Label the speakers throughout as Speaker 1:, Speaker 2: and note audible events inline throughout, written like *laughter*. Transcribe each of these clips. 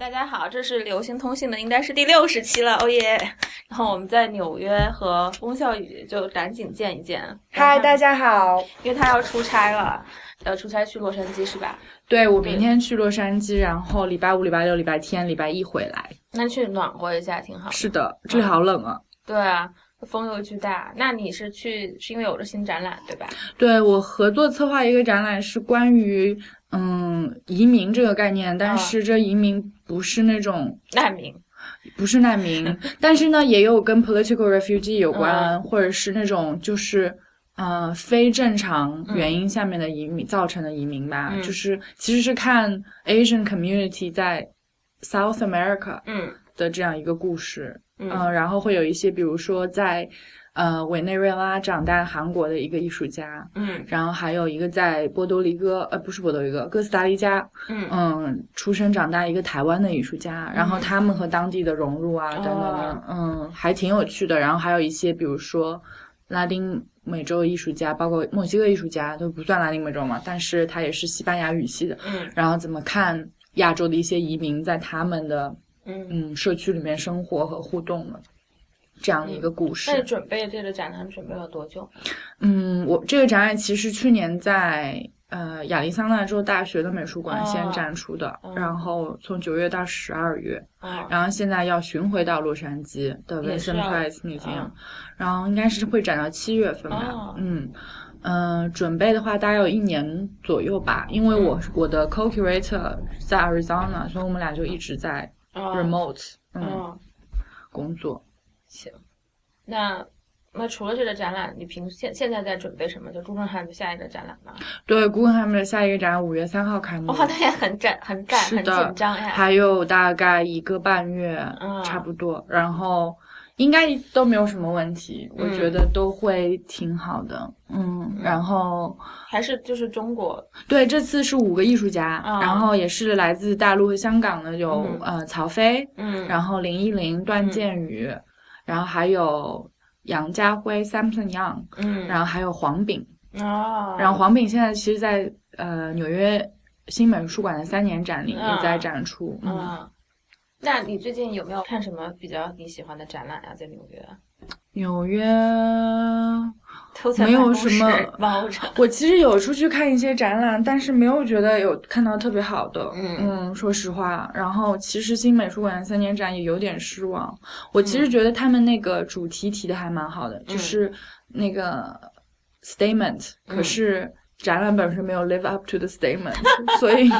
Speaker 1: 大家好，这是流行通信的，应该是第六十期了，哦耶！然后我们在纽约和翁笑宇就赶紧见一见。
Speaker 2: 嗨，大家好。
Speaker 1: 因为他要出差了，要出差去洛杉矶是吧？
Speaker 2: 对，我明天去洛杉矶，然后礼拜五、礼拜六、礼拜天、礼拜一回来。
Speaker 1: 那去暖和一下挺好。
Speaker 2: 是的，这里好冷啊。
Speaker 1: 对啊，风又巨大。那你是去是因为有了新展览对吧？
Speaker 2: 对我合作策划一个展览，是关于嗯移民这个概念，但是这移民不是那种
Speaker 1: 难民。
Speaker 2: 不是难 *laughs* 民，但是呢也有跟 political refugee 有关，或者是那种就是。呃，非正常原因下面的移民、造成的移民吧，
Speaker 1: 嗯
Speaker 2: 就是其实是看 Asian community 在 South America
Speaker 1: 嗯
Speaker 2: 的这样一个故事，
Speaker 1: 嗯
Speaker 2: 嗯，然后会有一些，比如说在呃委内瑞拉长大韩国的一个艺术家，
Speaker 1: 嗯
Speaker 2: 然后还有一个在波多黎各，呃，不是波多黎各，哥斯达黎加，
Speaker 1: 嗯
Speaker 2: 嗯，出生长大一个台湾的艺术家，然后他们和当地的融入啊，等等
Speaker 1: 哦
Speaker 2: 的，嗯，还挺有趣的。然后还有一些，比如说拉丁美洲艺术家，包括墨西哥艺术家，都不算拉丁美洲嘛，但是他也是西班牙语系的。
Speaker 1: 嗯
Speaker 2: 然后怎么看亚洲的一些移民在他们的
Speaker 1: 嗯。
Speaker 2: 嗯社区里面生活和互动的这样的一个故事
Speaker 1: 那。你准备这个展览准备了多久？
Speaker 2: 嗯，我这个展览其实去年在呃亚利桑那州大学的美术馆先
Speaker 1: 哦
Speaker 2: 展出的，
Speaker 1: 嗯
Speaker 2: 然后从九月到十二月，
Speaker 1: 啊、
Speaker 2: 然后现在要巡回到洛杉矶的
Speaker 1: 也是
Speaker 2: Vincent
Speaker 1: 要
Speaker 2: Price Museum，、
Speaker 1: 嗯
Speaker 2: 然后应该是会展到七月份吧，
Speaker 1: 哦
Speaker 2: 嗯。嗯、准备的话大概有一年左右吧，因为
Speaker 1: 嗯
Speaker 2: 我、我的 co-curator 在 Arizona，所以我们俩就一直在
Speaker 1: 啊
Speaker 2: remote 嗯
Speaker 1: 嗯，
Speaker 2: 工作。
Speaker 1: 那那除了这个展览，你平现现在在准备什么？就朱正汉的下一个展览吗？
Speaker 2: 对，Guggenheim 的下一个展览五月三号开幕，
Speaker 1: 哇，那也很展很赶，
Speaker 2: 是
Speaker 1: 很
Speaker 2: 的
Speaker 1: 紧张呀。
Speaker 2: 还有大概一个半月，
Speaker 1: 嗯
Speaker 2: 差不多，然后应该都没有什么问题，
Speaker 1: 嗯
Speaker 2: 我觉得都会挺好的，嗯，然后
Speaker 1: 还是就是中国，
Speaker 2: 对，这次是五个艺术家，
Speaker 1: 嗯
Speaker 2: 然后也是来自大陆和香港的，有、
Speaker 1: 嗯
Speaker 2: 呃曹飞，
Speaker 1: 嗯
Speaker 2: 然后林依林、段建宇，然后还有杨家辉、Samson Young，
Speaker 1: 嗯，
Speaker 2: 然后还有黄炳，
Speaker 1: 哦，
Speaker 2: 然后黄炳现在其实在，呃纽约新美术馆的三年展里
Speaker 1: 嗯
Speaker 2: 也在展出，嗯
Speaker 1: 嗯，那你最近有没有看什么比较你喜欢的展览啊？在纽约，
Speaker 2: 纽约，
Speaker 1: 都在
Speaker 2: 没有
Speaker 1: 办公
Speaker 2: 什么
Speaker 1: 室猫着，
Speaker 2: 我其实有出去看一些展览，但是没有觉得有看到特别好的。
Speaker 1: 嗯
Speaker 2: 说实话，然后其实新美术馆的三年展也有点失望。我其实
Speaker 1: 嗯
Speaker 2: 觉得他们那个主题提的还蛮好的，就是那个 statement，、
Speaker 1: 嗯
Speaker 2: 可是。展览本身没有 live up to the statement，所 *laughs* 以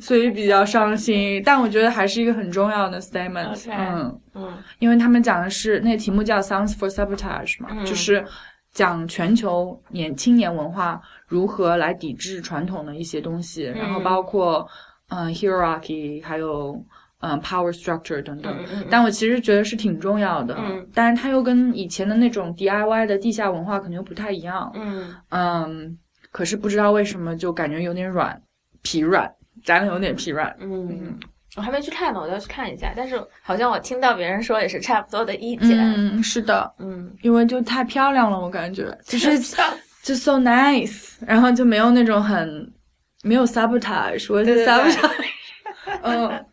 Speaker 2: 所以比较伤心。但我觉得还是一个很重要的 statement。
Speaker 1: OK
Speaker 2: 嗯， *laughs*
Speaker 1: 嗯
Speaker 2: 因为他们讲的是那个题目叫 “Songs for Sabotage” 嘛，
Speaker 1: 嗯
Speaker 2: 就是讲全球年青年文化如何来抵制传统的一些东西，然后包括嗯、呃 hierarchy，还有嗯、呃 power structure 等等。
Speaker 1: 嗯嗯
Speaker 2: 但我其实觉得是挺重要的，
Speaker 1: 嗯
Speaker 2: 但是它又跟以前的那种 DIY 的地下文化可能又不太一样，
Speaker 1: 嗯，
Speaker 2: 嗯，可是不知道为什么就感觉有点软，疲软，展览有点疲软，
Speaker 1: 嗯，我还没去看呢，我要去看一下。但是好像我听到别人说也是差不多的意见，
Speaker 2: 嗯，是的，
Speaker 1: 嗯，
Speaker 2: 因为就太漂亮了，我感觉就是
Speaker 1: *laughs*
Speaker 2: 就 so nice，然后就没有那种很没有 sabotage，我
Speaker 1: 对对
Speaker 2: 是
Speaker 1: 对
Speaker 2: sabotage，嗯，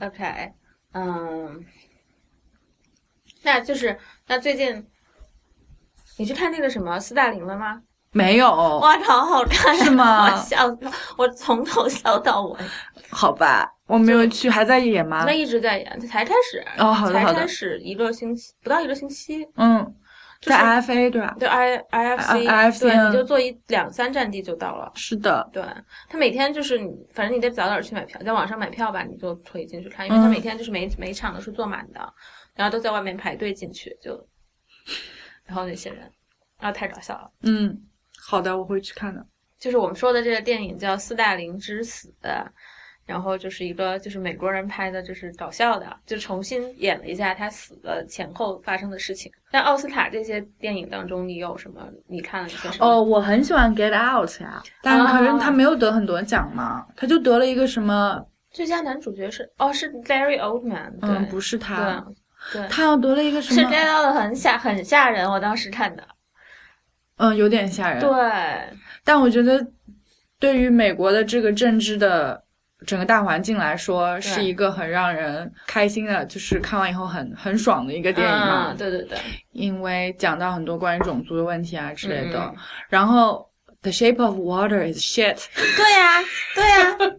Speaker 1: OK，嗯，那就是那最近你去看那个什么斯大林了吗？
Speaker 2: 没有，
Speaker 1: 哇，好好看，
Speaker 2: 是
Speaker 1: *laughs*
Speaker 2: 吗
Speaker 1: 我笑到，我从头笑到尾。
Speaker 2: 好吧，我没有去，还在演吗
Speaker 1: 那？一直在演，才开始，
Speaker 2: 哦，好的
Speaker 1: 才
Speaker 2: 好
Speaker 1: 开
Speaker 2: 的，
Speaker 1: 始一个星期，不到一个星期，
Speaker 2: 嗯，
Speaker 1: 就是
Speaker 2: 在 IFA 对吧？
Speaker 1: 对 I I 啊 F C，、
Speaker 2: 啊，IFC
Speaker 1: 对，
Speaker 2: 嗯
Speaker 1: 你就坐一两三站地就到了。
Speaker 2: 是的，
Speaker 1: 对他每天就是你，反正你得早点去买票，在网上买票吧，你就可以进去看，因为他
Speaker 2: 嗯
Speaker 1: 每天就是每每一场都是坐满的，然后都在外面排队进去，就， *laughs* 然后那些人，啊，太搞笑了。
Speaker 2: 嗯，好的，我会去看的。
Speaker 1: 就是我们说的这个电影叫《斯大林之死》，然后就是一个就是美国人拍的，就是搞笑的，就重新演了一下他死的前后发生的事情。那奥斯卡这些电影当中，你有什么？你看了一些什么？
Speaker 2: 哦，我很喜欢 Get Out 呀，但可
Speaker 1: 啊
Speaker 2: 是他没有得很多奖嘛，他就得了一个什么？
Speaker 1: 最佳男主角是哦，是 Larry Oldman，对、
Speaker 2: 嗯，不是他，
Speaker 1: 对对，
Speaker 2: 他要得了一个什
Speaker 1: 是
Speaker 2: 么？
Speaker 1: 该到的很吓很吓人，我当时看的。
Speaker 2: 嗯，有点吓人。
Speaker 1: 对，
Speaker 2: 但我觉得，对于美国的这个政治的整个大环境来说，是
Speaker 1: 对
Speaker 2: 一个很让人开心的，就是看完以后很很爽的一个电影嘛。
Speaker 1: 嗯，对对对，
Speaker 2: 因为讲到很多关于种族的问题啊之类的。
Speaker 1: 嗯
Speaker 2: 然后《The Shape of Water is
Speaker 1: *laughs*
Speaker 2: shit》，
Speaker 1: 对呀、对呀、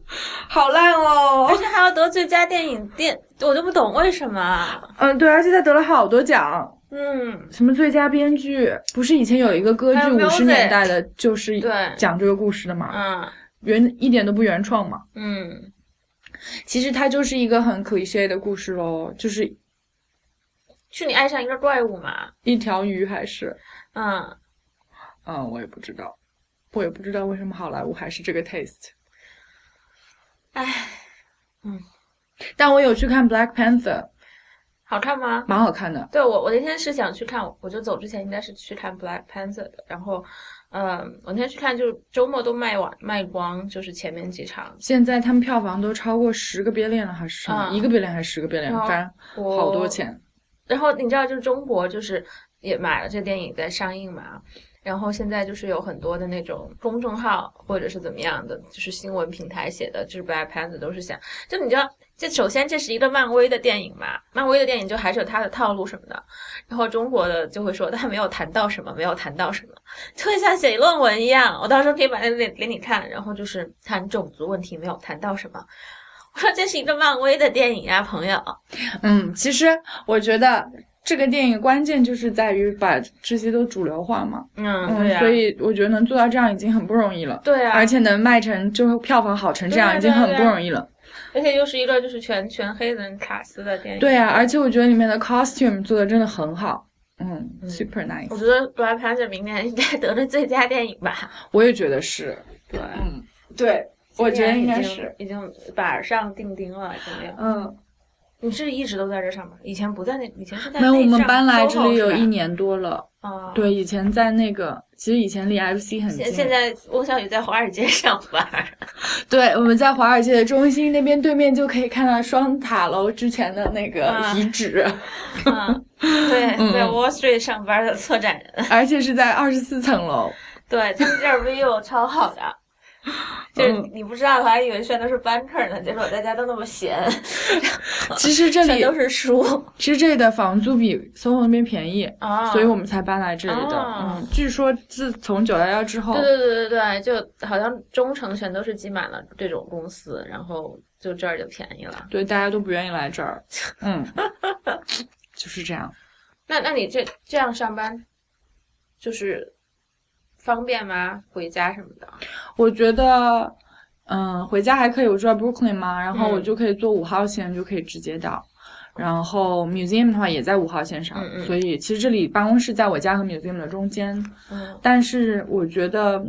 Speaker 2: 好烂哦
Speaker 1: 而。且还要得最佳电影电，我就不懂为什么。
Speaker 2: 嗯，对，而且他得了好多奖，
Speaker 1: 嗯，
Speaker 2: 什么最佳编剧，不是以前有一个歌
Speaker 1: 还
Speaker 2: 剧
Speaker 1: 有
Speaker 2: 五
Speaker 1: music
Speaker 2: 十年代的，就是
Speaker 1: 对
Speaker 2: 讲这个故事的嘛，
Speaker 1: 嗯
Speaker 2: 原一点都不原创嘛。
Speaker 1: 嗯，
Speaker 2: 其实它就是一个很 cliche 的故事喽，就是
Speaker 1: 去你爱上一个怪物嘛。
Speaker 2: 一条鱼还是，
Speaker 1: 嗯，
Speaker 2: 嗯，我也不知道，我也不知道为什么好莱坞还是这个 taste。
Speaker 1: 唉，嗯
Speaker 2: 但我有去看《Black Panther》，
Speaker 1: 好看吗？
Speaker 2: 蛮好看的。
Speaker 1: 对我，我那天是想去看，我就走之前应该是去看 Black Panther 的，然后，嗯，我那天去看，就是周末都卖完卖光，就是前面几场，
Speaker 2: 现在他们票房都超过十个 billion 了，还是什么、
Speaker 1: 嗯
Speaker 2: 一个 billion 还是十个 billion，
Speaker 1: 哦
Speaker 2: 反正
Speaker 1: 我
Speaker 2: 好多钱。
Speaker 1: 然后你知道，就是中国就是也买了这电影在上映嘛，然后现在就是有很多的那种公众号或者是怎么样的，就是新闻平台写的，就是 Black Panther 都是想，就你知道，这首先这是一个漫威的电影嘛，漫威的电影就还是有它的套路什么的，然后中国的就会说他没有谈到什么，没有谈到什么，就会像写论文一样，我到时候可以把那给给你看，然后就是谈种族问题没有谈到什么。 *laughs* 我说这是一个漫威的电影啊，朋友。
Speaker 2: 嗯，其实我觉得这个电影关键就是在于把这些都主流化嘛。
Speaker 1: 嗯，
Speaker 2: 嗯
Speaker 1: 对，呀、
Speaker 2: 所以我觉得能做到这样已经很不容易了。
Speaker 1: 对啊，
Speaker 2: 而且能卖成就是票房好成这样，
Speaker 1: 对啊
Speaker 2: 已经很
Speaker 1: 对啊
Speaker 2: 不
Speaker 1: 对啊
Speaker 2: 容易了。
Speaker 1: 而且又是一个就是全全黑人卡斯的电影。
Speaker 2: 对啊，而且我觉得里面的 costume 做的真的很好，嗯
Speaker 1: 嗯
Speaker 2: ，super nice。
Speaker 1: 我觉得《Black Panther》明年应该得了最佳电影吧？
Speaker 2: 我也觉得是，
Speaker 1: 对，
Speaker 2: 嗯，对， *laughs* 我觉得应该是，
Speaker 1: 已经板上钉钉了，已经没有。
Speaker 2: 嗯，
Speaker 1: 你是一直都在这上面，以前不在那，以前是在
Speaker 2: 没有，
Speaker 1: 内
Speaker 2: 我们
Speaker 1: 上
Speaker 2: 搬来这
Speaker 1: SOHO
Speaker 2: 里有
Speaker 1: 是吧
Speaker 2: 一年多了。
Speaker 1: 啊。
Speaker 2: 对，以前在那个，其实以前离 FC 很近
Speaker 1: 现。现在翁小雨在华尔街上
Speaker 2: *laughs*
Speaker 1: 班，
Speaker 2: 对，我们在华尔街的中心那边对面就可以看到双塔楼之前的那个
Speaker 1: 啊
Speaker 2: 遗址， *laughs*
Speaker 1: 嗯，对，
Speaker 2: 嗯
Speaker 1: 在 Wall Street 上班的策展人，
Speaker 2: 而且是在二十四层
Speaker 1: *laughs*
Speaker 2: 楼。
Speaker 1: 对他们这儿 view 超好
Speaker 2: *laughs*
Speaker 1: 的，就是
Speaker 2: 嗯
Speaker 1: 你你不知道，我还以为炫都是 banker 呢，结果大家都那么闲，
Speaker 2: 其实这
Speaker 1: 全
Speaker 2: 里
Speaker 1: 都是书
Speaker 2: 其实这里的房租比 SOHO 那边便宜，
Speaker 1: 啊。
Speaker 2: 所以我们才搬来这里的。
Speaker 1: 啊
Speaker 2: 嗯，据说自从九幺幺之后，
Speaker 1: 对对对对对，就好像中城全都是积满了这种公司，然后就这儿就便宜了。
Speaker 2: 对大家都不愿意来这
Speaker 1: *laughs*
Speaker 2: 儿。嗯，就是这样。
Speaker 1: 那那你这这样上班，就是方便吗？回家什么的？
Speaker 2: 我觉得，嗯，回家还可以，我住在 Brooklyn 嘛，然后
Speaker 1: 嗯
Speaker 2: 我就可以坐五号线就可以直接到。然后 museum 的话也在五号线上，
Speaker 1: 嗯嗯
Speaker 2: 所以其实这里办公室在我家和 museum 的中间，
Speaker 1: 嗯
Speaker 2: 但是我觉得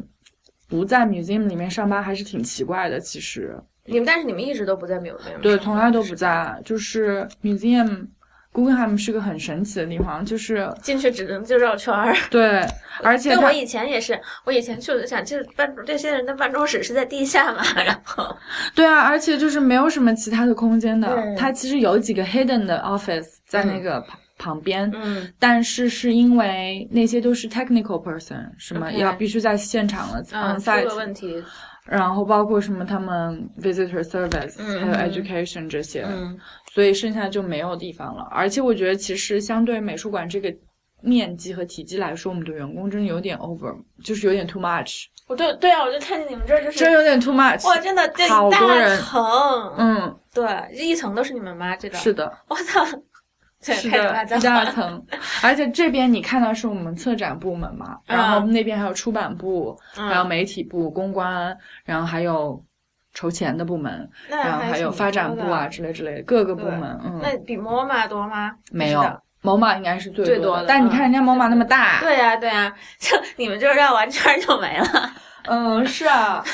Speaker 2: 不在 museum 里面上班还是挺奇怪的。其实，
Speaker 1: 你们但是你们一直都不在纽约吗？
Speaker 2: 对，从来都不。在。就是 museum Guggenheim 是个很神奇的地方，就是
Speaker 1: 进去只能就绕圈
Speaker 2: *laughs*
Speaker 1: 儿。
Speaker 2: 对，而且
Speaker 1: 对，我
Speaker 2: 它
Speaker 1: 以前也是，我以前去我就想，这办这些人的办公室是在地下嘛，然
Speaker 2: *laughs*
Speaker 1: 后
Speaker 2: 对啊，而且就是没有什么其他的空间的
Speaker 1: 对。
Speaker 2: 它其实有几个 hidden 的 office 在那
Speaker 1: 嗯
Speaker 2: 个旁旁边，
Speaker 1: 嗯
Speaker 2: 但是是因为那些都是 technical person，什么
Speaker 1: OK
Speaker 2: 要必须在现场了
Speaker 1: 嗯，
Speaker 2: on
Speaker 1: 出
Speaker 2: site，
Speaker 1: 了问题，
Speaker 2: 然后包括什么他们 visitor service，、
Speaker 1: 嗯
Speaker 2: 还有
Speaker 1: 嗯
Speaker 2: education 这些，
Speaker 1: 嗯
Speaker 2: 所以剩下就没有地方了。而且我觉得，其实相对美术馆这个面积和体积来说，我们的员工真的有点 over，就是有点 too much，
Speaker 1: 我对对啊，我就看见你们这儿就是
Speaker 2: 真有点 too
Speaker 1: 哇，
Speaker 2: much。
Speaker 1: 真的这
Speaker 2: 好
Speaker 1: 一
Speaker 2: 多
Speaker 1: 大
Speaker 2: 人
Speaker 1: 层，
Speaker 2: 嗯，
Speaker 1: 对，这一层都是你们妈这个，
Speaker 2: 是的，
Speaker 1: 我操，对，
Speaker 2: 是
Speaker 1: 太夸张
Speaker 2: 的，一大
Speaker 1: 了， *laughs*
Speaker 2: 层。而且这边你看到是我们策展部门嘛，
Speaker 1: 嗯
Speaker 2: 然后那边还有出版部，还有
Speaker 1: 嗯，
Speaker 2: 媒体部、公关，然后还有筹钱的部门，
Speaker 1: 那
Speaker 2: 然后还有
Speaker 1: 挺
Speaker 2: 发展
Speaker 1: 多
Speaker 2: 部
Speaker 1: 的
Speaker 2: 啊，之类之类的各个部门。嗯，
Speaker 1: 那比 MoMA 多吗？
Speaker 2: 没
Speaker 1: 不
Speaker 2: 有
Speaker 1: 知道。
Speaker 2: ，MoMA 应该是最
Speaker 1: 最
Speaker 2: 多
Speaker 1: 多
Speaker 2: 的，
Speaker 1: 的嗯
Speaker 2: 但你看人家 MoMA 那么大，
Speaker 1: 对呀、对呀、就你们这儿绕完圈儿就没了。
Speaker 2: 嗯，是啊。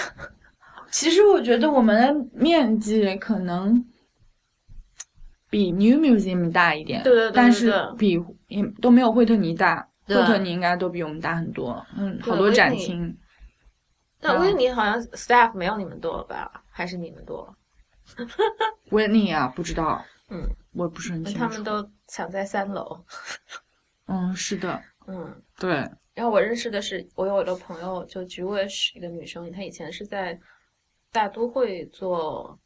Speaker 2: 其实我觉得我们的面积可能比 New Museum 大一点，
Speaker 1: 对对对
Speaker 2: 但
Speaker 1: 对
Speaker 2: 是
Speaker 1: 对
Speaker 2: 比也都没有惠特尼大，惠
Speaker 1: 对
Speaker 2: 特尼应该都比我们大很多，嗯，
Speaker 1: 对
Speaker 2: 好多
Speaker 1: 惠特
Speaker 2: 展
Speaker 1: 尼
Speaker 2: 厅。
Speaker 1: 那
Speaker 2: 嗯
Speaker 1: 威尼好像 staff 没有你们多吧？还是你们多？
Speaker 2: 维尼啊，不知道，
Speaker 1: 嗯，
Speaker 2: 我不是很清
Speaker 1: 他
Speaker 2: 楚
Speaker 1: 们。都想在三楼。
Speaker 2: 嗯，是的，
Speaker 1: 嗯，
Speaker 2: 对，
Speaker 1: 然后我认识的是，我有一个朋友就 Jewish 一个女生，她以前是在大都会做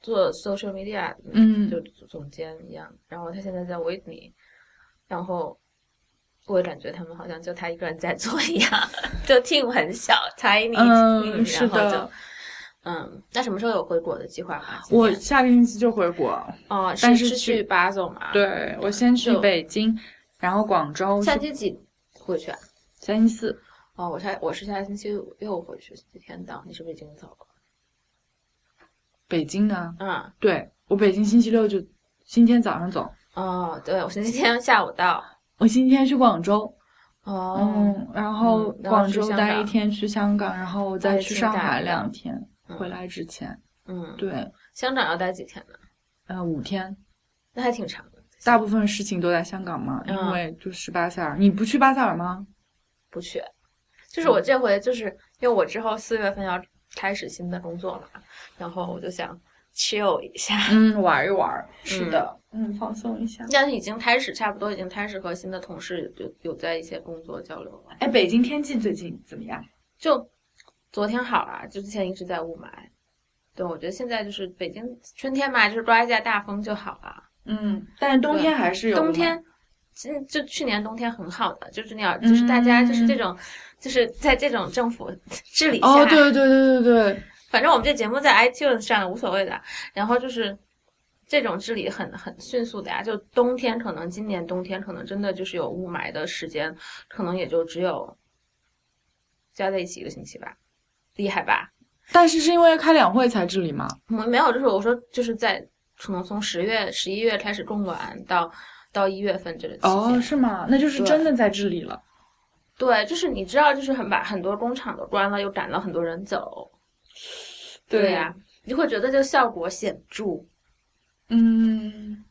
Speaker 1: 做 social media，
Speaker 2: 嗯
Speaker 1: 就总监一样。然后他现在在维尼，然后我感觉他们好像就他一个人在做一样，就 team 很小，tiny
Speaker 2: 嗯
Speaker 1: team，、
Speaker 2: 是
Speaker 1: 然后就
Speaker 2: 的，
Speaker 1: 嗯，那什么时候有回国的计划吗？今
Speaker 2: 我
Speaker 1: 年
Speaker 2: 下个星期就回国，
Speaker 1: 哦，
Speaker 2: 但是
Speaker 1: 是是
Speaker 2: 去
Speaker 1: 去巴总吗？，
Speaker 2: 对我先去
Speaker 1: 就
Speaker 2: 北京，然后广州，
Speaker 1: 下星期几回去啊？
Speaker 2: 下星期四，
Speaker 1: 哦，我下我是下星期六回去，星期天到，你是不是已经走了？
Speaker 2: 北京呢？
Speaker 1: 嗯，
Speaker 2: 对我北京星期六就星期天早上走，
Speaker 1: 哦，对，我星期天下午到。
Speaker 2: 我星期天去广州，
Speaker 1: 哦，
Speaker 2: 嗯，然后
Speaker 1: 嗯然后
Speaker 2: 广
Speaker 1: 去
Speaker 2: 州
Speaker 1: 香
Speaker 2: 待一
Speaker 1: 港
Speaker 2: 天，去香港，然后再
Speaker 1: 再
Speaker 2: 去
Speaker 1: 去
Speaker 2: 上
Speaker 1: 大
Speaker 2: 海
Speaker 1: 陆
Speaker 2: 两天，
Speaker 1: 嗯
Speaker 2: 回来之前，
Speaker 1: 嗯，
Speaker 2: 对，
Speaker 1: 香港要待几天呢？
Speaker 2: 呃，五天。
Speaker 1: 那还挺长的。
Speaker 2: 大部分事情都在香港嘛，因
Speaker 1: 嗯
Speaker 2: 为就是巴塞尔，你不去巴塞尔吗？
Speaker 1: 不去，就是我这回就是因为我之后四月份要开始新的工作嘛，然后我就想 chill 一下。 *laughs*
Speaker 2: 嗯，玩一玩，是的，嗯，放松一下。
Speaker 1: 但是已经开始，差不多已经开始和新的同事有有在一些工作交流了。
Speaker 2: 哎，北京天气最近怎么样？
Speaker 1: 就昨天好啊，就之前一直在雾霾。对，我觉得现在就是北京春天嘛，就是刮一下大风就好了。
Speaker 2: 嗯，但是冬天还是有
Speaker 1: 冬天，嗯，就去年冬天很好的，就是那样，就是大家就是这种，就是在这种政府 *laughs* 治理下，
Speaker 2: 嗯哦，对对对对对，
Speaker 1: 反正我们这节目在 iTunes 上无所谓的。然后就是这种治理很很迅速的呀、就冬天可能今年冬天可能真的就是有雾霾的时间，可能也就只有加在一起一个星期吧，厉害吧？
Speaker 2: 但是是因为开两会才治理嘛，
Speaker 1: 没没有，就是我说就是在可能从十月十一月开始供暖到到一月份这个期间。
Speaker 2: 哦，是吗？那就是
Speaker 1: 对
Speaker 2: 真的在治理了。
Speaker 1: 对，就是你知道，就是很把很多工厂都关了，又赶了很多人走，呀、你会觉得这个效果显著。
Speaker 2: 嗯，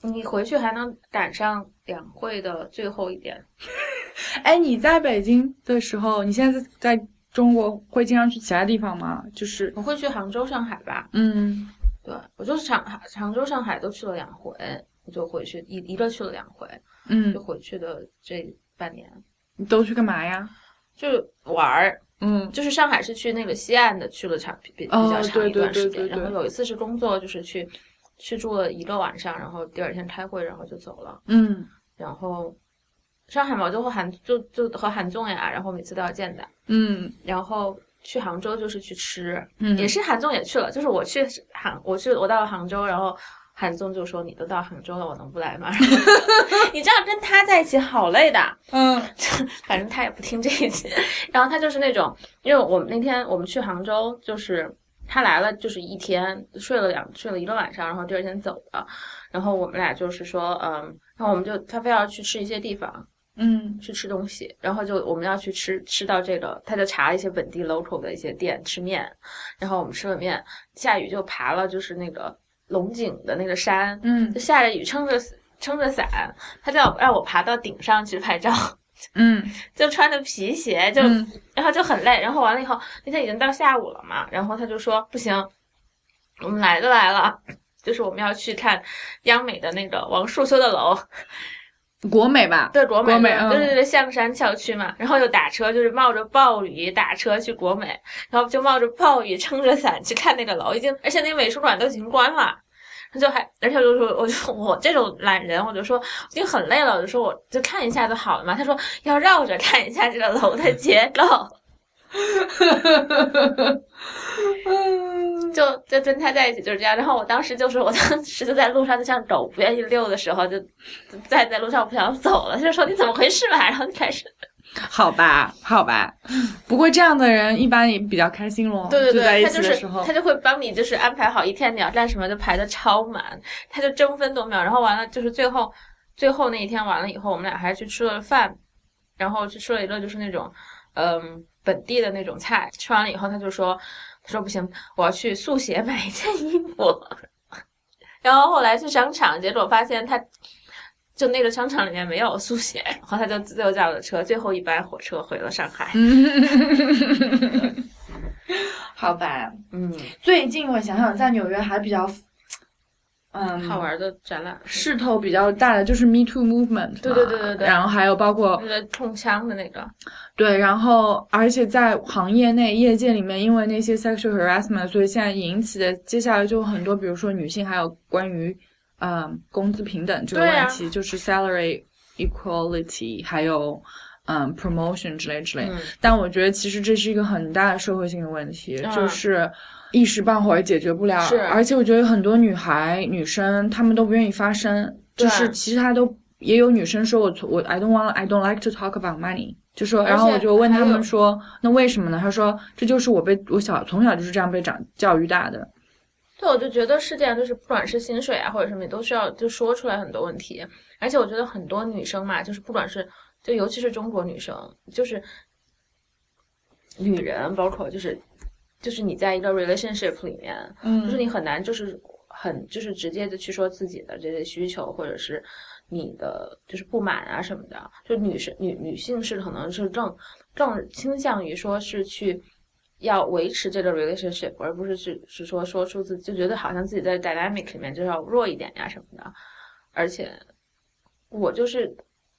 Speaker 1: 你回去还能赶上两会的最后一点，
Speaker 2: 哎，你在北京的时候，你现在在在中国会经常去其他地方吗？就是，
Speaker 1: 我会去杭州、上海吧？
Speaker 2: 嗯，
Speaker 1: 对，我就是上海、杭州、上海都去了两回，我就回去一一个去了两回，
Speaker 2: 嗯
Speaker 1: 就，回去的这半年
Speaker 2: 你都去干嘛呀？
Speaker 1: 就是玩儿，
Speaker 2: 嗯，
Speaker 1: 就是上海是去那个西岸的去了长比比比
Speaker 2: 哦
Speaker 1: 较长
Speaker 2: 对
Speaker 1: 一段
Speaker 2: 对
Speaker 1: 时间，
Speaker 2: 对对对
Speaker 1: 然后有一次是工作，就是去去住了一个晚上，然后第二天开会，然后就走了。
Speaker 2: 嗯，
Speaker 1: 然后上海嘛，我就和韩就就和韩纵呀，然后每次都要见的。
Speaker 2: 嗯，
Speaker 1: 然后去杭州就是去吃，
Speaker 2: 嗯
Speaker 1: 也是韩纵也去了，就是我去杭，我去我到了杭州，然后。韩纵就说：“你都到杭州了，我能不来吗？” *laughs* 你知道跟他在一起好累的，
Speaker 2: 嗯，
Speaker 1: *laughs* 反正他也不听这一期。然后他就是那种，因为我们那天我们去杭州，就是他来了，就是一天睡了两睡了一个晚上，然后第二天走了。然后我们俩就是说，嗯，然后我们就他非要去吃一些地方，
Speaker 2: 嗯，
Speaker 1: 去吃东西，然后就我们要去吃吃到这个，他就查了一些本地 local 的一些店吃面，然后我们吃了面，下雨就爬了就是那个龙井的那个山，
Speaker 2: 嗯
Speaker 1: 就下着雨撑着撑着伞，他叫让我爬到顶上去拍照，
Speaker 2: 嗯，
Speaker 1: 就穿着皮鞋就、
Speaker 2: 嗯
Speaker 1: 然后就很累，然后完了以后那天已经到下午了嘛，然后他就说不行，我们来都来了，就是我们要去看央美的那个王树修的楼。
Speaker 2: 国美吧？
Speaker 1: 对国美，
Speaker 2: 国美嗯
Speaker 1: 对对对，象山校区嘛，然后又打车，就是冒着暴雨打车去国美，然后就冒着暴雨撑着伞去看那个楼，已经，而且那个美术馆都已经关了。他就还，而且我就说，我就我这种懒人，我就说已经很累了，我就说我就看一下就好了嘛。他说要绕着看一下这个楼的结构，
Speaker 2: *laughs*
Speaker 1: 就就跟他在一起就是这样。然后我当时就是，我当时就在路上，就像狗不愿意溜的时候，就就在在路上不想走了，他就说你怎么回事嘛，然后就开始
Speaker 2: 好吧，好吧。不过这样的人一般也比较开心咯。
Speaker 1: 嗯对对
Speaker 2: 就在
Speaker 1: 对，
Speaker 2: 一
Speaker 1: 他
Speaker 2: 起
Speaker 1: 就
Speaker 2: 的
Speaker 1: 是
Speaker 2: 时候
Speaker 1: 他，就会帮你就是安排好一天你要干什么，就排的超满，他就争分夺秒。然后完了就是最后最后那一天完了以后，我们俩还去吃了饭，然后去吃了一个就是那种嗯本地的那种菜。吃完了以后，他就说他说不行，我要去速写买一件衣服。 *laughs* 然后后来去商场，结果发现他。就那个商场里面没有速写，然后他就自由叫了车，最后一班火车回了上海。
Speaker 2: 嗯好吧。
Speaker 1: 嗯，
Speaker 2: 最近我想想，在纽约还比较嗯
Speaker 1: 好玩的展览，
Speaker 2: 势头比较大的就是 Me Too movement，嘛
Speaker 1: 对对对对对
Speaker 2: 然后还有包括
Speaker 1: 那个中枪的那个，
Speaker 2: 对，然后而且在行业内、业界里面，因为那些 sexual harassment，所以现在引起的接下来就很多，比如说女性还有关于嗯、呃工资平等这个
Speaker 1: 对啊
Speaker 2: 问题，就是 salary equality，还有嗯、promotion 之类之类的。
Speaker 1: 嗯
Speaker 2: 但我觉得其实这是一个很大的社会性的问题，
Speaker 1: 嗯
Speaker 2: 就是一时半会儿也解决不了。
Speaker 1: 是
Speaker 2: 而且我觉得很多女孩、女生她们都不愿意发声，
Speaker 1: 对
Speaker 2: 就是其实她都也有女生说我从我 I don't want I don't like to talk about money。就说，
Speaker 1: 而且
Speaker 2: 然后我就问他
Speaker 1: 还有
Speaker 2: 们说，那为什么呢？她说，这就是我被我小从小就是这样被长教育大的。
Speaker 1: 对，我就觉得是这样，就是不管是薪水啊或者什么，你都需要就说出来很多问题。而且我觉得很多女生嘛，就是不管是就尤其是中国女生，就是女人，包括就是就是你在一个 relationship 里面，
Speaker 2: 嗯
Speaker 1: 就是你很难就是很就是直接的去说自己的这些需求或者是你的就是不满啊什么的，就女生女女性是可能是更更倾向于说是去要维持这个 relationship，而不是只是说说出自就觉得好像自己在 dynamic 里面就是要弱一点呀、什么的，而且我就是。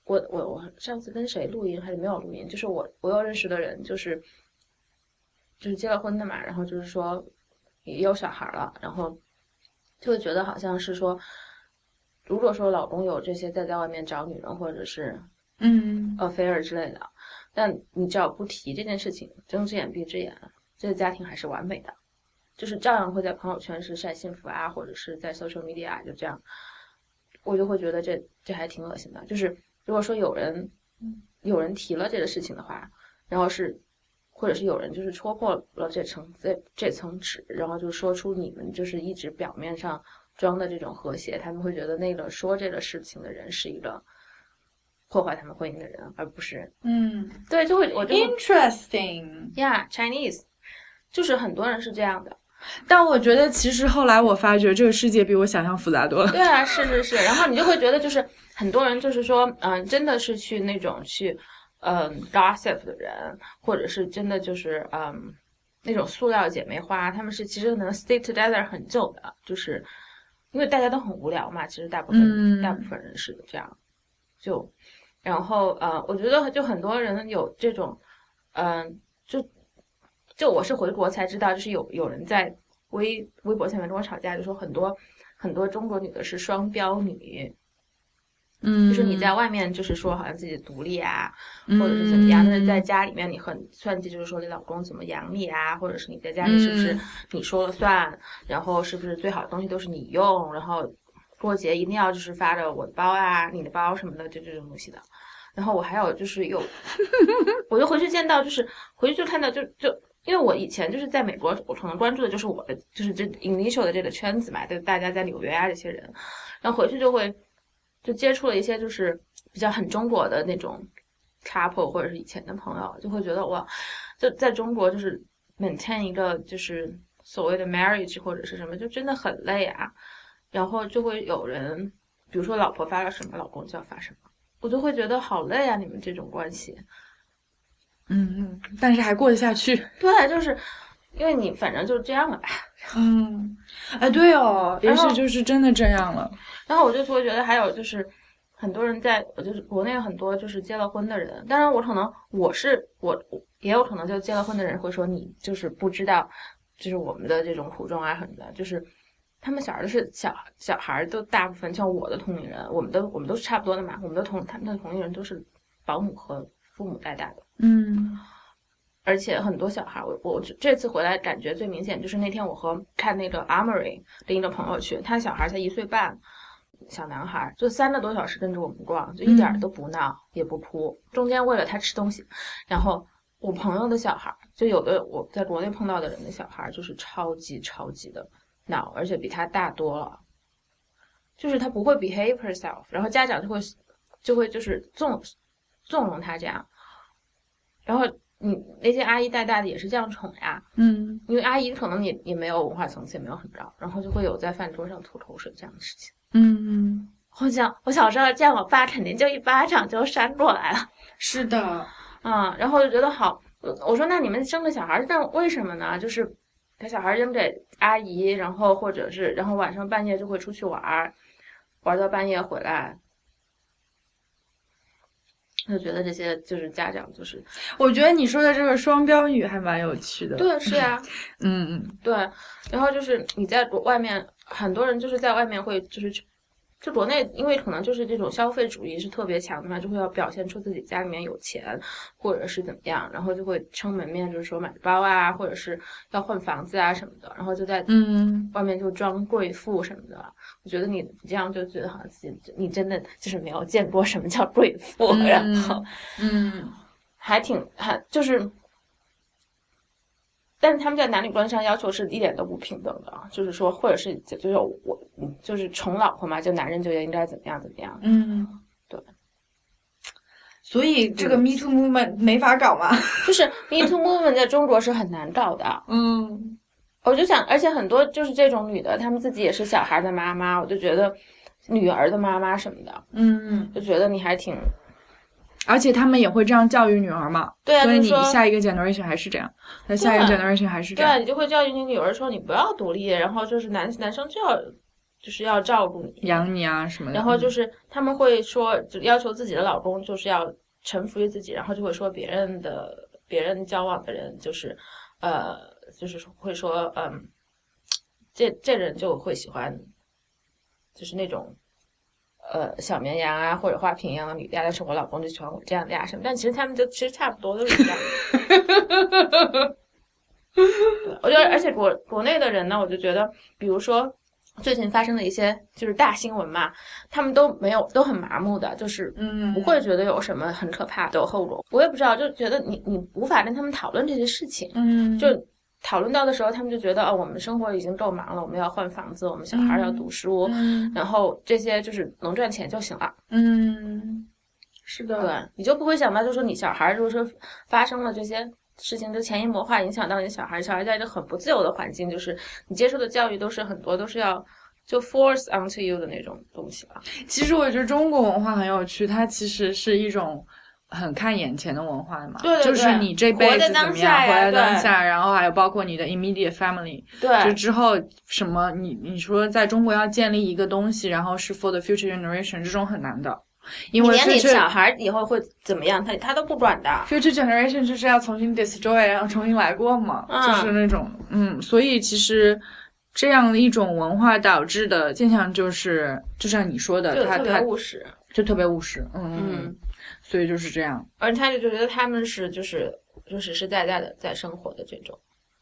Speaker 1: 我我我上次跟谁录音还是没有录音，就是我我有认识的人，就是就是结了婚的嘛，然后就是说也有小孩了，然后就会觉得好像是说，如果说老公有这些在在外面找女人或者是
Speaker 2: 嗯，
Speaker 1: affair 之类的，但你只要不提这件事情，睁只眼闭只眼，这个家庭还是完美的，就是照样会在朋友圈是晒幸福啊，或者是在 social media 啊就这样，我就会觉得这这还挺恶心的。就是如果说有人有人提了这个事情的话，然后是。或者是有人就是戳破了这层这这层纸，然后就说出你们就是一直表面上装的这种和谐，他们会觉得那个说这个事情的人是一个破坏他们婚姻的人，而不是
Speaker 2: 嗯
Speaker 1: 对，就会我就会
Speaker 2: ，interesting。
Speaker 1: 呀、Chinese，就是很多人是这样的。
Speaker 2: 但我觉得其实后来我发觉这个世界比我想象复杂多了。
Speaker 1: 对啊，是是是，然后你就会觉得就是很多人就是说，嗯、真的是去那种去，嗯、gossip 的人，或者是真的就是嗯、那种塑料姐妹花，她们是其实能 stay together 很久的，就是因为大家都很无聊嘛，其实大部分、
Speaker 2: 嗯
Speaker 1: 大部分人是这样，就然后呃，我觉得就很多人有这种，嗯、就就我是回国才知道，就是有有人在微微博下面跟我吵架，就说很多很多中国女的是双标女，
Speaker 2: 嗯，
Speaker 1: 就是你在外面就是说好像自己独立啊，或者是怎么样，但是
Speaker 2: 嗯
Speaker 1: 在家里面你很算计，就是说你老公怎么养你啊，或者是你在家里是不是
Speaker 2: 嗯
Speaker 1: 你说了算，然后是不是最好的东西都是你用，然后过节一定要就是发着我的包啊、你的包什么的，就这种东西的。然后我还有就是
Speaker 2: *laughs*
Speaker 1: 有，我就回去见到，就是回去就看到就就，因为我以前就是在美国，我可能关注的就是我的就是这 initial 的这个圈子嘛，就是大家在纽约啊这些人，然后回去就会就接触了一些就是比较很中国的那种 couple 或者是以前的朋友，就会觉得哇，就在中国就是 maintain 一个就是所谓的 marriage 或者是什么，就真的很累啊。然后就会有人，比如说老婆发了什么，老公就要发什么，我就会觉得好累啊，你们这种关系。
Speaker 2: 嗯，嗯，但是还过得下去。
Speaker 1: 对，就是因为你反正就这样了吧。
Speaker 2: 嗯，哎，对哦，也
Speaker 1: 然后
Speaker 2: 许就是真的这样了。
Speaker 1: 然后我就会觉得还有就是，很多人在，我就是国内很多就是结了婚的人，当然我可能我是我我也有可能就结了婚的人会说你就是不知道，就是我们的这种苦衷啊什么的，就是他们小孩儿是小小孩儿都大部分像我的同龄人，我们都我们都是差不多的嘛，我们的同他们的同龄人都是保姆和父母带大的。
Speaker 2: 嗯
Speaker 1: 而且很多小孩儿，我我这这次回来感觉最明显就是那天我和看那个 Amory 另一个朋友去，他小孩儿才一岁半，小男孩儿就三个多小时跟着我们逛，就一点儿都不闹、也不哭，中间喂了他吃东西，然后我朋友的小孩儿，就有的我在国内碰到的人的小孩儿，就是超级超级的闹，而且比他大多了，就是他不会 behave herself，然后家长就会就会就是纵纵容他这样，然后你那些阿姨带大的也是这样宠呀，
Speaker 2: 嗯，
Speaker 1: 因为阿姨可能也也没有文化层次，也没有很高，然后就会有在饭桌上吐口水这样的事情。
Speaker 2: 嗯，
Speaker 1: 我想，我小时候见我爸肯定就一巴掌就扇过来了。嗯
Speaker 2: 是的，
Speaker 1: 啊、然后就觉得好，我我说那你们生个小孩儿，但为什么呢？就是把小孩扔给阿姨，然后或者是然后晚上半夜就会出去玩儿，玩到半夜回来。就觉得这些就是家长就是
Speaker 3: 我觉得你说的这个双标女还蛮有趣的。
Speaker 1: 对是呀、
Speaker 3: 嗯，嗯，
Speaker 1: 对，然后就是你在国外面，很多人就是在外面会就是去，就国内因为可能就是这种消费主义是特别强的嘛，就会要表现出自己家里面有钱，或者是怎么样，然后就会撑门面，就是说买包啊，或者是要换房子啊什么的，然后就在
Speaker 3: *laughs* 嗯，
Speaker 1: 外面就装贵妇什么的。我觉得你这样就觉得好像自己你真的就是没有见过什么叫贵妇，
Speaker 3: 嗯
Speaker 1: 然后
Speaker 3: 嗯，
Speaker 1: 还挺还就是，但是他们在男女关系上要求是一点都不平等的啊，就是说，或者是就就是我嗯就是宠老婆嘛，就男人就应该怎么样怎么样，
Speaker 3: 嗯，
Speaker 1: 对。
Speaker 3: 所以这个 Me Too movement 没法搞嘛？
Speaker 1: 就是 Me Too movement 在中国是很难搞的。啊
Speaker 3: 嗯
Speaker 1: 我就想，而且很多就是这种女的，她们自己也是小孩的妈妈，我就觉得女儿的妈妈什么的，
Speaker 3: 嗯，
Speaker 1: 就觉得你还挺
Speaker 2: 而且他们也会这样教育女儿嘛，
Speaker 1: 对啊，
Speaker 2: 所以
Speaker 1: 就是
Speaker 2: 你
Speaker 1: 说
Speaker 2: 下一个 generation 还是这样，那下一个
Speaker 1: 对
Speaker 2: generation 还是这
Speaker 1: 对
Speaker 2: 样
Speaker 1: 啊，你就会教育你女儿说你不要独立，然后就是男男生就要就是要照顾你，
Speaker 2: 养你啊什么的。
Speaker 1: 然后就是他们会说，就要求自己的老公就是要臣服于自己，然后就会说别人的别人交往的人就是，呃，就是会说，嗯，这这人就会喜欢，就是那种，呃，小绵羊啊或者花瓶一样的女的呀，但是我老公就喜欢我这样的呀什么，但其实他们就其实差不多都是一样的。对，我觉得，而且国国内的人呢，我就觉得，比如说最近发生的一些就是大新闻嘛，他们都没有都很麻木的，就是
Speaker 3: 嗯
Speaker 1: 不会觉得有什么很可怕的后果。我也不知道，就觉得你你无法跟他们讨论这些事情，
Speaker 3: 嗯，
Speaker 1: 就讨论到的时候，他们就觉得哦，我们生活已经够忙了，我们要换房子，我们小孩要读书，
Speaker 3: 嗯
Speaker 1: 然后这些就是能赚钱就行了。
Speaker 3: 嗯，是
Speaker 2: 呃
Speaker 3: 的，
Speaker 1: 对你就不会想到，就是说你小孩如果说发生了这些事情，就潜移默化影响到你小孩，小孩在一个很不自由的环境，就是你接受的教育都是很多都是要就 force onto you 的那种东西吧。
Speaker 2: 其实我觉得中国文化很有趣，它其实是一种很看眼前的文化嘛，
Speaker 1: 对对对
Speaker 2: 就是你这辈子
Speaker 1: 活在
Speaker 2: 怎
Speaker 1: 当
Speaker 2: 么样，
Speaker 1: 下呀
Speaker 2: 活在当
Speaker 1: 对
Speaker 2: 下，然后还有包括你的 immediate family，就
Speaker 1: 对
Speaker 2: 之后什么你你说在中国要建立一个东西，然后是 for the future generation 这种很难的，因
Speaker 1: 你
Speaker 2: 为
Speaker 1: 连你
Speaker 2: future
Speaker 1: 小孩以后会怎么样，他他都不管的。
Speaker 2: future generation 就是要重新 destroy，然后重新来过嘛，
Speaker 1: 嗯
Speaker 2: 就是那种嗯，所以其实。这样的一种文化导致的现象，就是就像你说
Speaker 1: 就
Speaker 2: 的，它
Speaker 1: 特别
Speaker 2: 它
Speaker 1: 务实，
Speaker 2: 就特别务实，嗯
Speaker 1: 嗯，
Speaker 2: 所以就是这样。
Speaker 1: 而他就觉得他们是就是就实实在在的在生活的这种，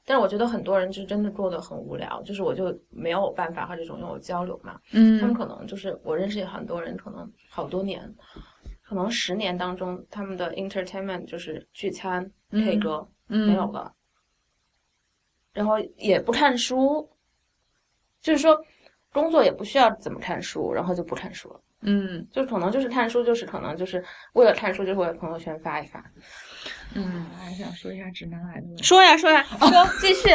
Speaker 1: 但是我觉得很多人就真的过得很无聊，就是我就没有办法和这种人有交流嘛，他们
Speaker 2: 嗯，
Speaker 1: 可能就是我认识很多人，可能好多年，可能十年当中，他们的 entertainment 就是聚餐、
Speaker 2: 嗯
Speaker 1: K 歌没
Speaker 2: 没
Speaker 1: 有了，然后也不看书，就是说工作也不需要怎么看书，然后就不看书了，
Speaker 2: 嗯
Speaker 1: 就可能就是看书，就是可能就是为了看书，就是为了朋友圈发一发。
Speaker 2: 嗯，还想说一下直男癌的问题。
Speaker 1: 说呀说呀哦说，继 *laughs* 续。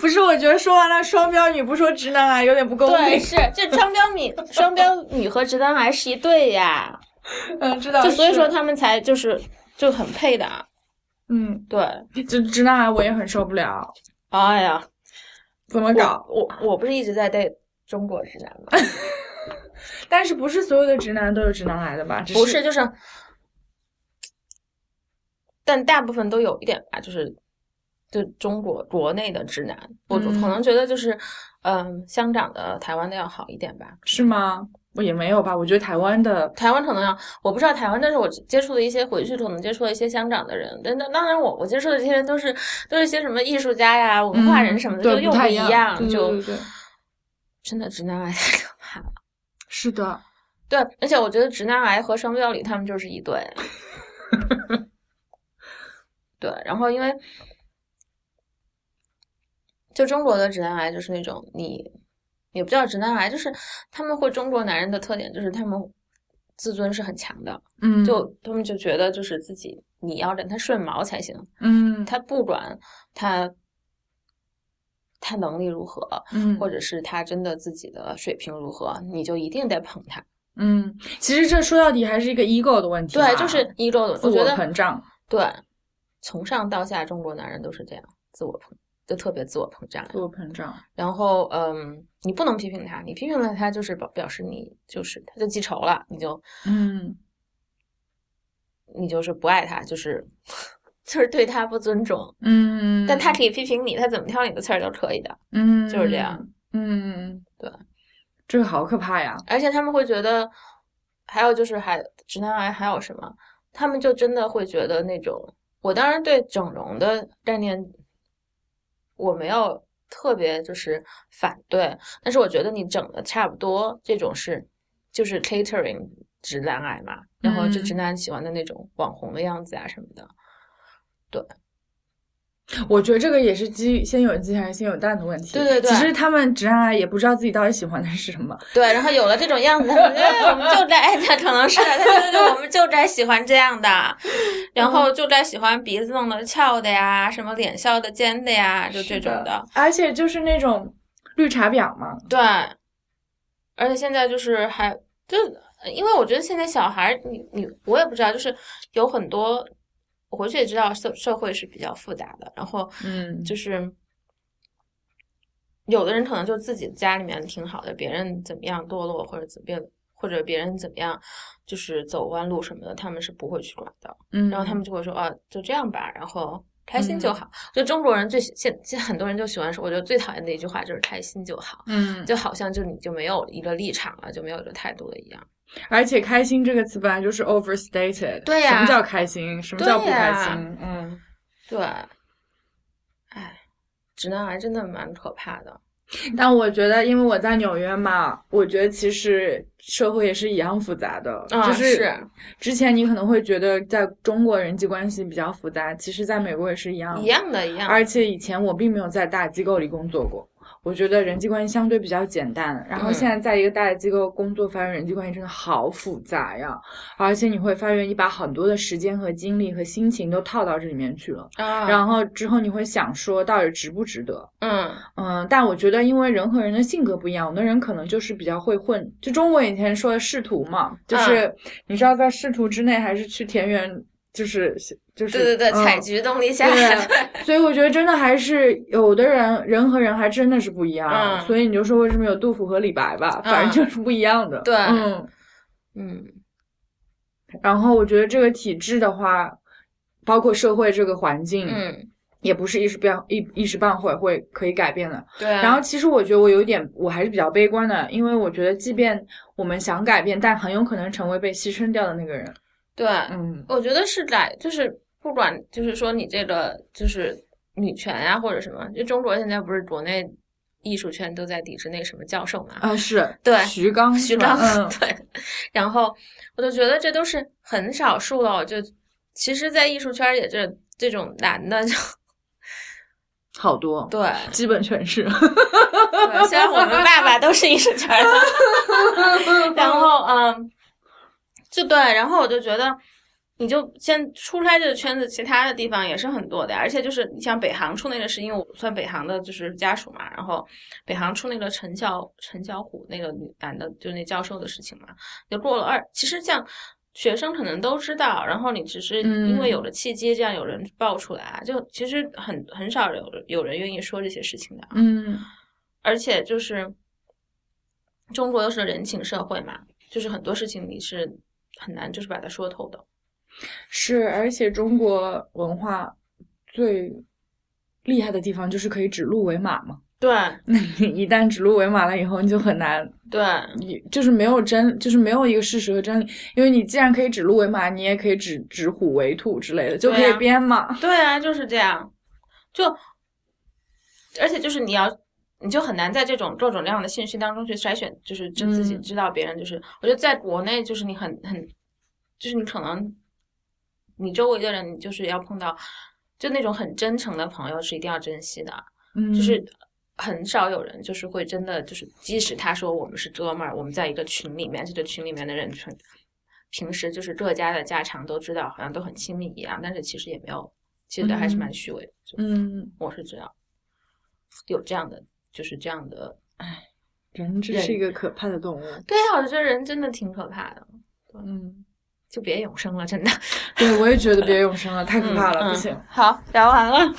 Speaker 3: 不是，我觉得说完了双标女，不说直男癌有点不公
Speaker 1: 对，
Speaker 3: 平。
Speaker 1: 是这双标女，双标女和直男癌是一对呀，
Speaker 3: 嗯，知道。
Speaker 1: 就所以
Speaker 3: 是
Speaker 1: 说，他们才就是就很配的啊，
Speaker 3: 嗯，
Speaker 1: 对。
Speaker 3: 直直男癌我也很受不了，
Speaker 1: 哎呀，
Speaker 3: 怎么搞？
Speaker 1: 我我不是一直在对中国直男吗？
Speaker 3: 但是不是所有的直男都有直男癌的吧？只
Speaker 1: 不是，就是，但大部分都有一点吧，就是就中国国内的直男，我可
Speaker 3: 嗯
Speaker 1: 能觉得就是，嗯，香港的、台湾的要好一点吧。
Speaker 3: 是吗？我也没有吧，我觉得台湾的，
Speaker 1: 台湾可能要，我不知道台湾，但是我接触的一些回去可能接触了一些香港的人，但但当然我我接触的这些人都是都是一些什么艺术家呀、文化人什么的，
Speaker 2: 嗯对
Speaker 1: 就又
Speaker 2: 不太
Speaker 1: 一
Speaker 2: 一样嗯
Speaker 1: 样，
Speaker 3: 对对
Speaker 1: 就
Speaker 3: 对对，
Speaker 1: 真的直男癌太可怕了。
Speaker 2: 是的，
Speaker 1: 对，而且我觉得直男癌和双标女他们就是一
Speaker 2: *laughs*
Speaker 1: 对。对，然后因为就中国的直男癌就是那种你也不叫直男癌，就是他们会中国男人的特点就是他们自尊是很强的，
Speaker 2: 嗯，
Speaker 1: 就他们就觉得就是自己你要让他顺毛才行，
Speaker 2: 嗯
Speaker 1: 他不管他他能力如何，
Speaker 2: 嗯
Speaker 1: 或者是他真的自己的水平如何，你就一定得捧他。
Speaker 2: 嗯，其实这说到底还是一个 ego 的问题嘛，
Speaker 1: 对，就是 ego 的，
Speaker 2: 自
Speaker 1: 我觉
Speaker 2: 我
Speaker 1: 得
Speaker 2: 膨胀。
Speaker 1: 对，从上到下，中国男人都是这样，自我膨，就特别自我膨胀。
Speaker 2: 自我膨胀，
Speaker 1: 然后，嗯，你不能批评他，你批评了他就是表表示你就是他就记仇了，你就
Speaker 2: 嗯，
Speaker 1: 你就是不爱他，就是 *laughs* 就是对他不尊重。
Speaker 2: 嗯，
Speaker 1: 但他可以批评你，他怎么挑你的刺儿都可以的。
Speaker 2: 嗯
Speaker 1: 就是这样，
Speaker 2: 嗯，
Speaker 1: 对，
Speaker 2: 这个好可怕呀，
Speaker 1: 而且他们会觉得，还有就是还直男癌还有什么，他们就真的会觉得那种，我当然对整容的概念，我没有特别就是反对，但是我觉得你整的差不多，这种是就是 catering 直男癌嘛，然后就
Speaker 2: 嗯
Speaker 1: 直男喜欢的那种网红的样子啊什么的，
Speaker 2: 我觉得这个也是基于先有鸡还是先有蛋的问题。
Speaker 1: 对对对
Speaker 2: 其实他们直男癌也不知道自己到底喜欢的是什么。 *laughs*
Speaker 1: 对，然后有了这种样子，他们就哎，我们就该爱 *laughs* 他，可能是他就就我们就该喜欢这样的，然后就该喜欢鼻子弄得翘的呀，什么脸笑的尖的呀，就这种
Speaker 2: 是
Speaker 1: 的。，
Speaker 2: 而且就是那种绿茶婊嘛。
Speaker 1: 对，而且现在就是还就因为我觉得现在小孩儿，你你我也不知道，就是有很多，我回去也知道社社会是比较复杂的，然后
Speaker 2: 嗯
Speaker 1: 就是有的人可能就自己家里面挺好的，别人怎么样堕落或者怎么样，或者别人怎么样就是走弯路什么的，他们是不会去管的。
Speaker 2: 嗯，
Speaker 1: 然后他们就会说啊，就这样吧，然后开心就
Speaker 2: 嗯
Speaker 1: 好。就中国人最喜现现在很多人就喜欢说，我觉得最讨厌的一句话就是开心就好，*laughs*
Speaker 2: 嗯，
Speaker 1: 就好像就你就没有一个立场了，就没有一个态度了一样。
Speaker 2: 而且开心这个词本来就是 overstated。
Speaker 1: 对呀
Speaker 2: 什么叫开心？什么叫不开
Speaker 1: 对
Speaker 2: 心？嗯，
Speaker 1: 对，哎，直男癌真的蛮可怕的。
Speaker 2: 但我觉得，因为我在纽约嘛，我觉得其实社会也是一样复杂的，
Speaker 1: 啊
Speaker 2: 就是之前你可能会觉得在中国人际关系比较复杂，其实在美国也是一样的
Speaker 1: 一样的，一样的。
Speaker 2: 嗯而且以前我并没有在大机构里工作过，我觉得人际关系相对比较简单。然后
Speaker 1: 嗯
Speaker 2: 现在在一个大的机构工作，发现人际关系真的好复杂呀！而且你会发现，你把很多的时间和精力和心情都套到这里面去了。
Speaker 1: 啊，
Speaker 2: 然后之后你会想说，到底值不值得？
Speaker 1: 嗯
Speaker 2: 嗯，但我觉得，因为人和人的性格不一样，有的人可能就是比较会混。就中国以前说的仕途嘛，
Speaker 1: 嗯
Speaker 2: 就是你知道，在仕途之内还是去田园，就是就是
Speaker 1: 对对对，
Speaker 2: 嗯
Speaker 1: 采菊东篱下。 *laughs*
Speaker 2: 对，所以我觉得真的还是有的人人和人还真的是不一样，
Speaker 1: 嗯
Speaker 2: 所以你就说为什么有杜甫和李白吧，
Speaker 1: 嗯
Speaker 2: 反正就是不一样的。
Speaker 1: 对
Speaker 2: 嗯，
Speaker 1: 嗯，
Speaker 2: 然后我觉得这个体制的话，包括社会这个环境，
Speaker 1: 嗯，
Speaker 2: 也不是一时半一一时半会儿会可以改变的。
Speaker 1: 对啊。
Speaker 2: 然后其实我觉得我有一点我还是比较悲观的，因为我觉得即便我们想改变，但很有可能成为被牺牲掉的那个人。
Speaker 1: 对，啊
Speaker 2: 嗯
Speaker 1: 我觉得是改，就是不管就是说你这个就是女权呀、或者什么，就中国现在不是国内艺术圈都在抵制那什么教授嘛，
Speaker 2: 啊，是
Speaker 1: 对
Speaker 2: 徐刚
Speaker 1: 徐
Speaker 2: 是吧
Speaker 1: 刚、
Speaker 2: 嗯
Speaker 1: *laughs* 对，然后我就觉得这都是很少数了，就其实，在艺术圈也这这种男的就，
Speaker 2: 好多
Speaker 1: 对
Speaker 2: 基本全是。
Speaker 1: 对，虽然我们
Speaker 2: *laughs*
Speaker 1: 爸爸都是艺术圈的。 *laughs* 然后嗯，就对，然后我就觉得，你就先出开这个圈子，其他的地方也是很多的呀，而且就是你像北航出那个事，因为我算北航的就是家属嘛，然后北航出那个陈小陈小虎那个女男的，就那教授的事情嘛，就过了二，其实像。学生可能都知道，然后你只是因为
Speaker 2: 嗯
Speaker 1: 有了契机，这样有人爆出来，啊就其实很很少有有人愿意说这些事情的。啊
Speaker 2: 嗯
Speaker 1: 而且就是中国又是人情社会嘛，就是很多事情你是很难就是把它说透的。，
Speaker 2: 是，而且中国文化最厉害的地方就是可以指鹿为马嘛。
Speaker 1: 对
Speaker 2: 那你一旦指鹿为马了以后，你就很难，
Speaker 1: 对
Speaker 2: 你就是没有真，就是没有一个事实和真理。因为你既然可以指鹿为马，你也可以指指虎为兔之类的，就
Speaker 1: 对
Speaker 2: 可以
Speaker 1: 呀
Speaker 2: 编嘛。
Speaker 1: 对啊，就是这样。就而且就是你要，你就很难在这种各种各样的信息当中去筛选，就是知自己
Speaker 2: 嗯
Speaker 1: 知道别人。就是、我觉得在国内，就是你很很，就是你可能你周围的人，你就是要碰到就那种很真诚的朋友是一定要珍惜的。
Speaker 2: 嗯，
Speaker 1: 就是很少有人就是会真的就是，即使他说我们是哥们儿，我们在一个群里面，这个群里面的人平平时就是各家的家常都知道，好像都很亲密一样，但是其实也没有，其实还是蛮虚伪的。就
Speaker 2: 嗯，
Speaker 1: 我是知道有这样的，就是这样的。
Speaker 2: 人真是一个可怕的动物。
Speaker 1: 对呀、我觉得人真的挺可怕的，
Speaker 2: 嗯，
Speaker 1: 就别永生了，真的 *laughs*
Speaker 2: 对，我也觉得别永生了，太可怕了，
Speaker 1: 嗯
Speaker 2: 不行。
Speaker 1: 好，聊完了。